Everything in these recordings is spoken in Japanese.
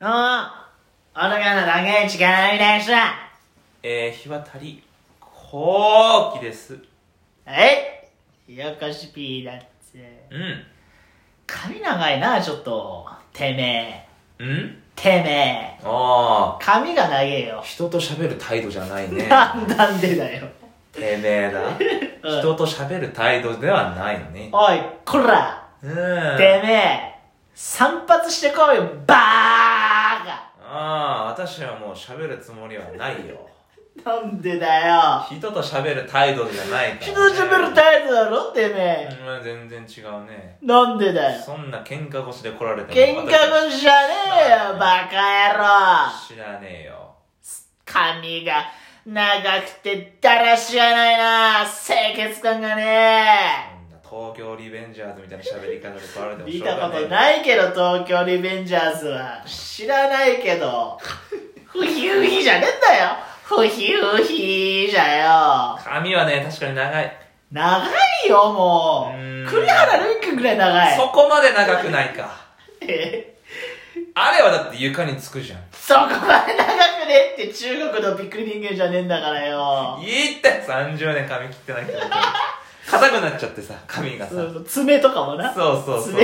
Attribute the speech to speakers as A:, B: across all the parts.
A: おう男の長い力みでしょ
B: えー、日渡り、後期です。
A: はいひよこしピーナッツ
B: うん。
A: 髪長いなちょっとてめえ
B: うん
A: てめえ
B: あ
A: 髪が長え
B: あ。
A: よ
B: 人と喋る態度じゃな いね。
A: なんなんでだよ
B: てめえ
A: うん
B: だ。人と喋る態度ではないね。
A: おいこら
B: うん。
A: てめえ散髪してこいよバー
B: ああ、私はもう喋るつもりはないよ。
A: ガなんでだよ
B: 人と喋る態度じゃないから、ね。
A: 人と喋る態度だろてめえ
B: 度うん、全然違うね。
A: なんでだよ
B: そんな喧嘩腰で来られても
A: 喧嘩
B: 私
A: 腰じゃねえよバカ野郎
B: 知らねえよ。
A: 髪が長くてだらしがないな清潔感がね
B: そんな東京リベンジャーズみたいな喋り方で来られても
A: 見
B: しょうが
A: た
B: ねえ
A: ことないけど東京リベンジャーズは知らないけどふひふひじゃねえんだよふひふひじゃよ
B: 髪はね、確かに長い。
A: 長いよも
B: うー
A: うん栗原瑠君ぐらい長い
B: そこまで長くないか。
A: え
B: あれはだって床につくじゃん。
A: そこまで長くねって中国のびっくり人間じゃねえんだからよ
B: いいって30年髪切ってないけど。硬くなっちゃってさ、髪がさ。
A: そ
B: そう
A: う爪とかもな
B: そうそうそうそう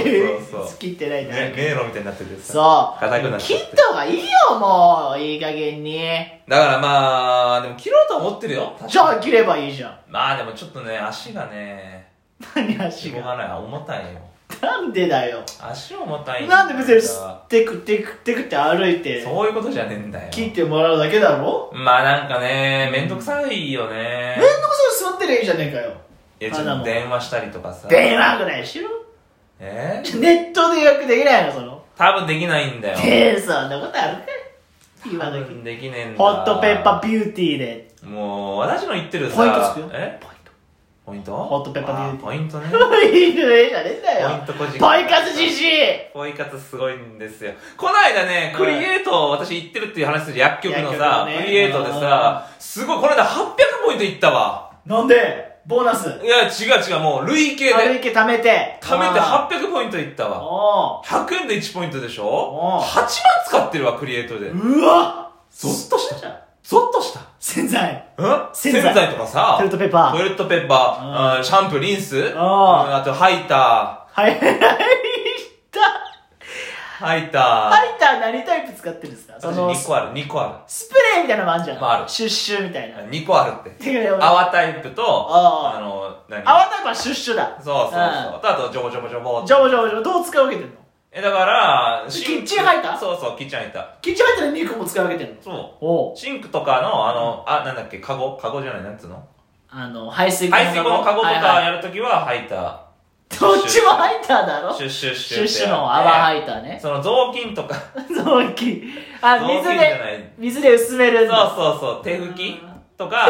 A: 爪。切ってないんだ
B: ね迷路みたいになっててさ。
A: そう。
B: 硬くなっち
A: 切
B: ゃ
A: っ
B: って。
A: た方がいいよ、もう。いい加減に。
B: だからまあ、でも切ろうと思ってるよ。
A: じゃあ切ればいいじゃん。
B: まあでもちょっとね、足がね、
A: 何
B: し
A: 足
B: ょう
A: が。
B: がない。重たいよ。
A: なんでだよ。
B: 足重たいん
A: な
B: だ
A: んで別に吸ってくってくってくって歩いて、
B: そういうことじゃねえんだよ。
A: 切ってもらうだけだろ
B: まあなんかね、めんどくさいよね
A: めん。どくさい座ってりゃいいじゃねえかよ。
B: いや、ちょっと電話したりとかさ。
A: 電話ぐらいしろ。
B: えー
A: ネットで予約できないの、その。
B: 多分できないんだよ。
A: ええ、そんなことあるかい
B: 多
A: 今時。
B: 分できねえんだ。
A: ホットペッパービューティーで。
B: もう、私の言ってるさ。
A: ポイントつくよ。
B: え
A: ポイント。
B: ポイント
A: ホットペッパービューティー
B: あポイントね。
A: いいねじゃねえんだ
B: ポイ
A: よ
B: ン。ト個人。
A: ポイ活じじい
B: ポイ活すごいんですよ。こないだね、クリエイトを私行ってるっていう話する薬局の
A: 薬局の
B: さ、
A: ね
B: クリエイトでさ、すごい、この間800ポイントいったわ。
A: なんでボーナス。
B: いや、違う違う、もう累計
A: 軽
B: で。
A: いけ貯めて。
B: 貯めて
A: あ
B: 800ポイントいった
A: ー
B: わ。
A: おー
B: 100円で1ポイントでし
A: お
B: ょ
A: う
B: ?8 万使ってるわ、クリエイトで。
A: うわ
B: ゾッとした。ゾッとした。
A: 洗剤
B: うん
A: 洗
B: 洗
A: 剤
B: 剤とかさ
A: トイレッ、トペーパ
B: ト
A: ー
B: イレットペッパー、うんシャンプー、リンス、うんあとハイタ
A: はい入った
B: ー、ハイタ
A: 入った何タイプ使ってるんですか
B: ー。
A: そ
B: 私
A: の
B: 2個ある、2個あ
A: スプレーみたいなのもあんじゃん、
B: まあある
A: シュッシュみたいな
B: る。2個あるって。
A: てか泡
B: 泡タイプと、
A: あ
B: あの、何
A: 泡タイプはシュッシュだ
B: そうそうそう。
A: う
B: とあと、ジョボジョボジョボって
A: ジョボジョボジョボどう使い分けてんの
B: え、だから、
A: キッチンハイター
B: そうそう、キッチンハイター。
A: キッチン入ったら2個も使い分けてんの
B: そ
A: お
B: う。シンクとかの、あの、あ、なんだっけ、カゴカゴじゃない、なんつうの
A: あの排水
B: 排水口のカゴと
A: はいは
B: か
A: い
B: やるときは、ハイタ
A: どっちも入っただろ
B: ー、シュッシュッシ
A: シ
B: ュ
A: ュッ
B: ッってやって。
A: シュの泡入ったね
B: その雑巾とか、
A: 雑巾あ
B: 雑巾
A: 水
B: じゃ
A: で
B: ない。
A: 水で薄めるん
B: そう
A: だ
B: そうそう、手拭きとか、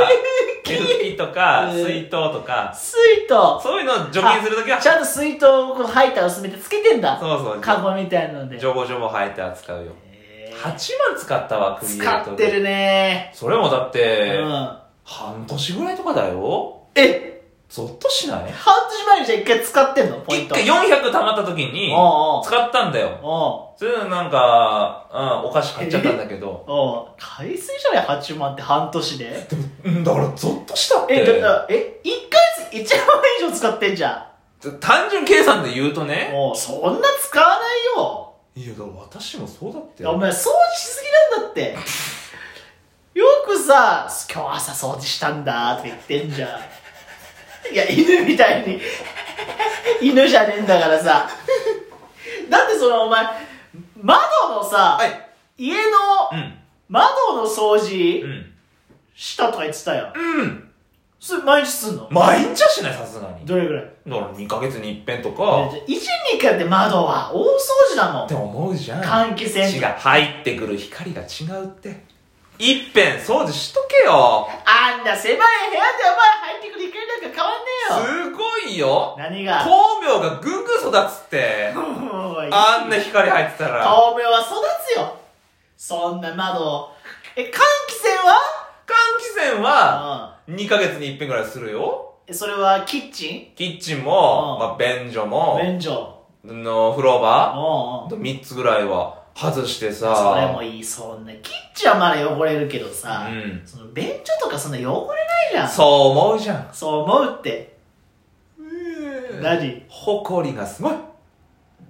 B: 手拭きとか、
A: うん
B: 水筒と か、
A: 水筒
B: そういうのを除菌するときは、
A: ち
B: そう
A: ゃんと水筒をこのハイター薄めてつけてんだ
B: そう、
A: カゴみたいなので
B: ジョボジョボハイター使うよ。
A: えー
B: 8万使ったわ、クリエイトで。
A: 使ってるね
B: それもだって、
A: うん
B: 半年ぐらいとかだよ。
A: え
B: ゾッとしない
A: 半年前にじゃあ一回使ってんのポイ
B: 一
A: ント
B: 回400溜まった時に、
A: おうおう
B: 使ったんだよ。
A: お
B: それでなんか、うん、お菓子買っちゃったんだけど。
A: うおう海水じゃない8万って半年で
B: うん、だからゾッとしたって。
A: えだからえ一1ヶ月1万円以上使ってんじゃ
B: 単純計算で言うと
A: ん
B: ね。
A: もうそんな使わないよ
B: いや、だから私もそうだって
A: お前掃除しすぎなんだってよくさ「今日朝掃除したんだ」って言ってんじゃんいや犬みたいに犬じゃねえんだからさだってそのお前窓のさ、
B: はい。
A: 家の
B: うん。
A: 窓の掃除
B: うん。
A: したとか言ってたよ。
B: うん。
A: それ毎日すんの
B: 毎日はしない、さすがに。だ
A: どれぐらい
B: から2ヶ月に一遍とか、
A: ?1、2回って窓は大掃除だも
B: って
A: ん。
B: 思うじゃん。
A: 換気扇
B: 違う。入ってくる光が違うって。一遍掃除しとけよ。
A: あんな狭い部屋でお前入ってくる光なんか変わんねえよ。
B: すごいよ。
A: 何
B: 豆
A: が
B: 苗がぐんぐん育つって。あ
A: あ
B: んな光入ってたら。
A: 豆苗は育つよ。そんな窓。え、換気扇
B: 換気扇は、
A: は
B: 2ヶ月に一遍ぐらいするよ。
A: うん。それはキッチ
B: キッチンも、
A: うん
B: まあ、便所
A: ン
B: も、
A: 便所。
B: の風呂
A: うん
B: 場、
A: うん。
B: 3つぐらいは、外してさ
A: それもいいそんなキッチンはまだ汚れるけどさ、
B: うん
A: その便所とかそんな汚れないじゃん
B: そう思うじゃん
A: そう思うって何
B: ほこりがすごい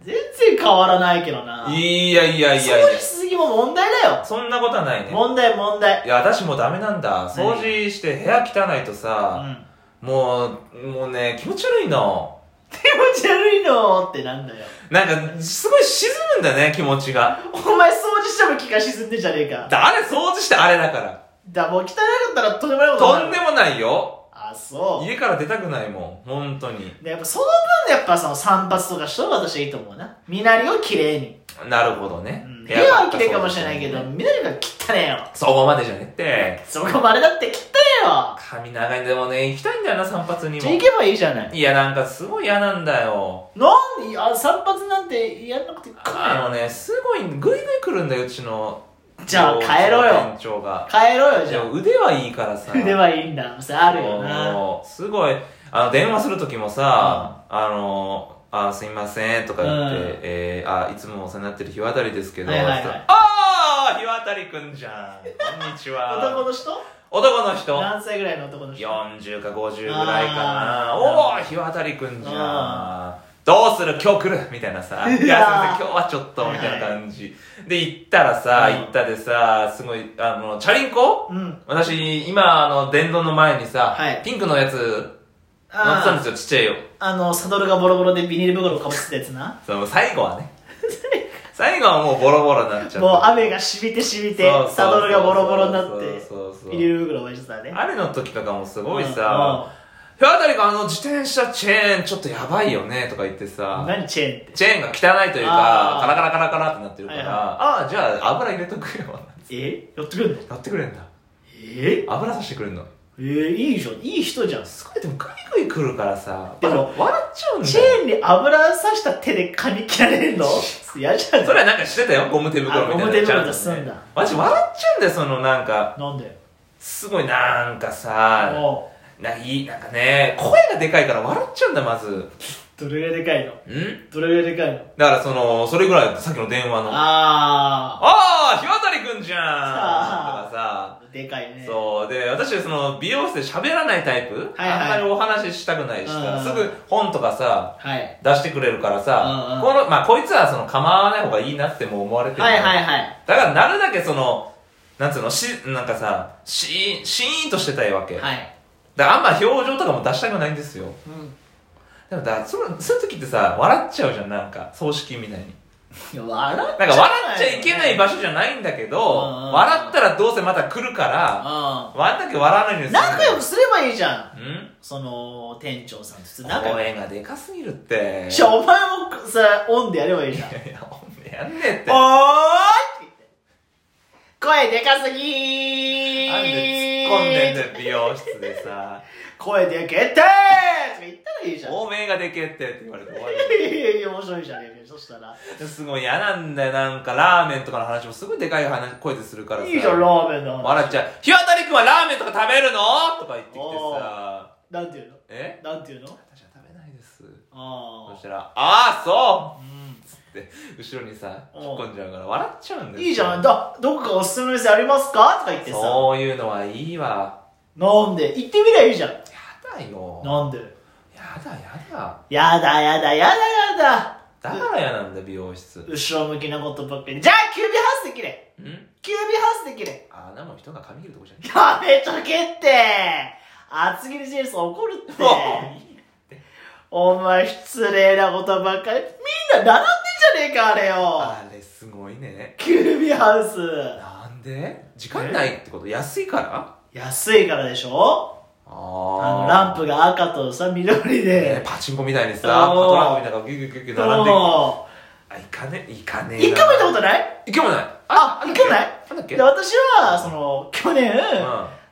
A: 全然変わらないけどない
B: いやいやいやい
A: 掃除
B: や
A: しすぎも問題だよ
B: そんなことはないね
A: 問題問題
B: いや私もうダメなんだ掃除して部屋汚いと
A: う
B: さ、
A: ん
B: もうもうね気持ち悪いの
A: 気持ち悪いのってなんだよ
B: なんかすごい沈むんだね気持ちが
A: お前掃除しても気が沈んでんじゃねえか
B: だあれ掃除してあれだから
A: だもう汚かったらとんでもないことになる
B: とんでもないよ
A: あそう
B: 家から出たくないもん本当に
A: でやっぱその分やっぱその散髪とかした方が私はいいと思うな身なりをきれいに、
B: なるほどね、
A: うん、部屋はきれいかもしれないけど
B: 部屋
A: 身なりが汚ねえよ
B: そこまでじゃねって
A: そこまでだって汚ねえよ
B: 髪長いんでもね行きたいんだよな散髪に
A: じゃあ行
B: も
A: けばいいじゃない
B: いやなんかすごい嫌なんだよ
A: なんであ散髪なんてやんなくていい
B: あ
A: か
B: のねすごいグイグイ来るんだようちの
A: じゃあ帰ろうよ
B: 店長が
A: 帰ろうよじ
B: で
A: ゃ
B: も腕はいいからさ
A: あ 腕はいいんだそれあるよな
B: もうすごいあの電話する時もさ「あのあすいません」とか言って
A: うん
B: 「えーあいつもお世話になってる日渡りですけど」
A: はいはいはい
B: って言ったらああ日渡りくんじゃんこんに ち
A: 男
B: は
A: の人
B: 男の人
A: 何歳ぐらいの男の人
B: 40か50ぐらいかな
A: あー
B: おお日渡りくんじゃんどうする今日来るみたいなさ「いやすいません今日はちょっと」みたいな感じで行ったらさ
A: うん
B: 行ったでさすごいあのチャリンコ
A: うん
B: 私今あの電動の前にさ、
A: はい
B: ピンクのやつ乗ってた
A: あ
B: んで
A: ー
B: すよ、ちっちゃいよ。
A: あのサドルがボロボロでビニール袋をかぶってたやつな
B: その最後は ね。最後はもうボロボロになっちゃった。
A: もう雨がしみてしみて
B: そうそうそう
A: サドルがボロボロになって
B: そうそうそう
A: ビニール袋を置いてたね
B: 雨の時とかもすごい
A: うんうん
B: さ、日渡りがあの自転車チェーンちょっとやばいよねとか言ってさ、
A: 何チェーンって
B: チェーンが汚いというか、
A: あー
B: カラカラカラカラってなってるから、
A: はいはい
B: ああ、じゃあ油入れとくよ。
A: えやってくれんの
B: やってくれんだ。
A: え
B: 油さしてくれんの。
A: えー、いいじゃんいい人じゃん
B: すごい、でもグイグイ来るからさ、
A: でも
B: 笑っちゃうんだよ。
A: チェーンに油さした手で髪切られるの嫌じゃん
B: それはなんかしてたよ、ゴム手袋みたいな
A: あゴム手袋すんだ
B: マジ笑っちゃうんだよ、そのなんか、
A: なんで
B: すごいなんかさ、
A: も
B: ないい、なんかね、声がでかいから笑っちゃうんだよ、まず。ん
A: うどれぐらいでかいのどれぐらいでかいの
B: だからその、それぐらい、さっきの電話の。あ
A: あ
B: あー、日渡りくんじゃん
A: あ
B: とかさ、
A: ーでかいね
B: そう、で、私、その、美容室で喋らないタイプ、
A: はいはい
B: あんまりお話ししたくないしさ、
A: うん
B: すぐ本とかさ、
A: はい
B: 出してくれるからさ、
A: うんう
B: この、まあ、こいつはその、構わない方がいいなっても思われてるか
A: は
B: ら
A: いはいはい
B: だからなるだけその、なんつうの、し、なんかさ、シーン、シーンとしてたいわけ。
A: はい、
B: だからあんま表情とかも出したくないんですよ。
A: うん
B: でもだ、その、そういう時ってさ、笑っちゃうじゃん、なんか、葬式みたいに。
A: いや笑っ
B: なんか笑っちゃいけない場
A: 所
B: 所じゃないんだけ
A: うんうんう
B: ど、
A: ん
B: 笑ったらどうせまた来るから、笑ったけ笑わないん
A: う
B: で
A: ん
B: すよ。
A: 仲良くすればいいじゃん
B: ん
A: その店長さんと普通仲良く
B: 声がでかすぎるって。
A: じゃあお前もさオンでやればいいじゃん
B: いやいや、ほんでやんねえって。なん
A: おーいって言って声でかすぎー
B: で突っ込んでんだよ、美容室で さ。
A: 声でけてーとか言ったらいいじゃんい
B: おめえがでけえってって言われて終わり。
A: やいやいや面白いじゃねえかよそしたら
B: すごい嫌なんだよ、なんかラーメンとかの話もすごいでかい話声でするからさ。
A: いいじゃんラーメンの話
B: 笑っちゃう。日渡りくんはラーメンとか食べるのとか言ってきて
A: お
B: さ。
A: なんていうの
B: え
A: なんていうの
B: 私は食べないです。そ
A: あ
B: したら、ああ、そ
A: あうん
B: うって、後ろにさ、
A: お
B: 突っ込んじゃうから笑っちゃうんですよ
A: いいじゃんだどこかおすすめの店ありますかとか言ってさ
B: そういうのはいいわ。
A: なんで行ってみりゃいいじゃん
B: やだよ。
A: なんで
B: やだやだ。
A: やだやだやだやだ
B: だから嫌なんだ、美容室。ん
A: 後ろ向きなことばっかりじゃあキュービーハウスできれキュービーハウスできれ
B: あんなもん人が髪切るとこじゃない。
A: やめとけって厚切りジェイソン怒るって
B: もういい
A: お前失礼なことばっかりみんな並んでんじゃねえかあれよ
B: あれすごいね。
A: キュービーハウス
B: なんで時間ないってこと安いから
A: 安いからでしょ
B: あ
A: あ
B: あ
A: のランプが赤とさ緑
B: ね
A: で
B: パチンコみたいにさ、パ
A: そう
B: トランコみたいなのがギュギュギュギュ並んであ、
A: も
B: 行かね、行かね
A: う
B: え
A: 一
B: な。
A: 回も行ったことない
B: 行けもない。
A: あ行かない
B: なんだっけ
A: で私はその去年、
B: う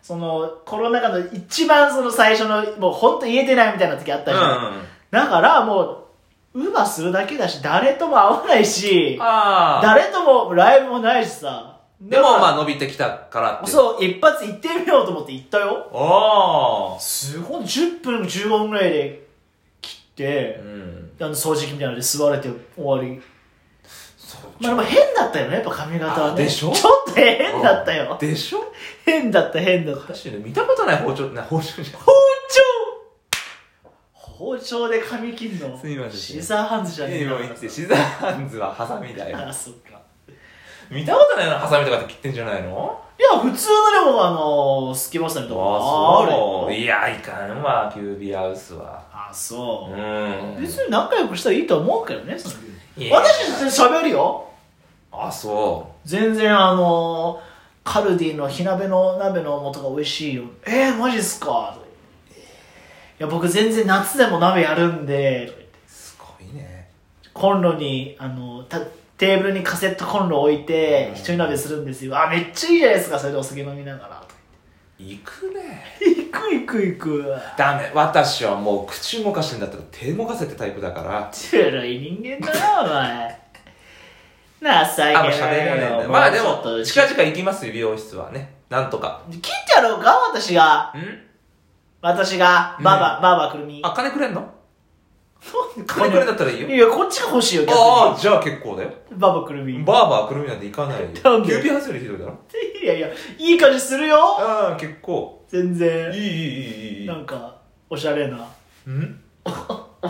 A: そのコロナ禍の一番その最初のもう本当言えてないみたいな時あった
B: ん。
A: じゃん、
B: うんうん。
A: だからもうウーバーするだけだし誰とも会わないし
B: ああ。
A: 誰ともライブもないしさ
B: でも
A: あ
B: まあ伸びてきたからって。う。
A: そう一発行ってみようと思って行ったよ
B: おー。
A: すごい10分15分ぐらいで切って
B: う、ん。
A: あの掃除機みたいなので座れて終わり
B: そう。
A: まあでも変なだったよねやっぱ髪型は
B: あ
A: ね
B: でしょ
A: ちょっと変だったよ
B: でしょ
A: 変だった変だった
B: おかしいね見たことない包丁な包丁じゃん
A: 包丁包丁で髪切んの
B: すいません
A: シザーハンズじゃねえん
B: 今
A: だ
B: 言って
A: か
B: シザーハンズはハサミだよ
A: らあそっか
B: 見たことないようなハサミとかで切ってんじゃないの
A: いや普通のでもあのスキマスタミとか
B: あ
A: あ
B: そう
A: るよ
B: いやいかんわキュービーハウスは
A: あ
B: う
A: そ
B: ん
A: う別に仲良くしたらいいと思うけどねその
B: いや
A: 私たち喋るよ
B: あそ
A: 全然あのカルディの火鍋の鍋の素が美味しいよえー、マジっすかとか言っていや僕全然夏でも鍋やるんでとか言って
B: うすごいね
A: コンロにあのたテーブルにカセットコンロ置いて一人鍋するんですよあめっちゃいいじゃないですかそれでお酒飲みながらとか
B: 行くね
A: 言って行く行く行く
B: ダメ私はもう口動かしてんだったら手動かせってタイプだから
A: ずるい人間だなお前なあ最
B: あ
A: 近
B: もう喋れないんだまあでも近々行きますよ美容室はねなんとか
A: 切ってやろうか私が
B: ん
A: 私が
B: うん
A: ババ、ババくるみ
B: あ金くれんの
A: こ
B: 金くれんだったらいいよ
A: いやこっちが欲しいよ逆
B: ああじゃあ結構だよ
A: にババくるみい
B: バーバーくるみなんて行かないよキ
A: な
B: ュ
A: んで
B: ービーハウスよりひどいだろ
A: やいやいい感じするよ
B: ああ結構
A: 全
B: いい
A: 然
B: いいいいいい
A: なんかおしゃれなん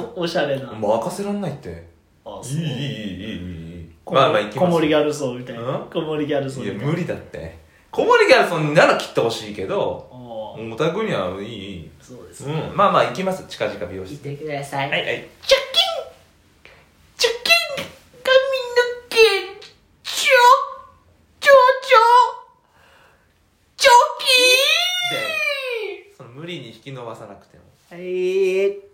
A: おおしゃれな
B: 任せらんないって
A: あそう
B: いいいいいいいいい
A: こ
B: まあまあ行きます
A: こもりギャル層みたいな
B: うん
A: こもりギャル層
B: い
A: みた
B: や
A: いな
B: 無理だって小森ギャルソンなら切ってほしいけど
A: ああ
B: おたくにはいいいい
A: そうです
B: うんまあまあ行きます近々美容
A: 聞い
B: 室
A: てください
B: はいはい
A: チョキンチョキン髪の毛ちょちょちょチョ
B: その無理に引き伸ばさなくても
A: キンはい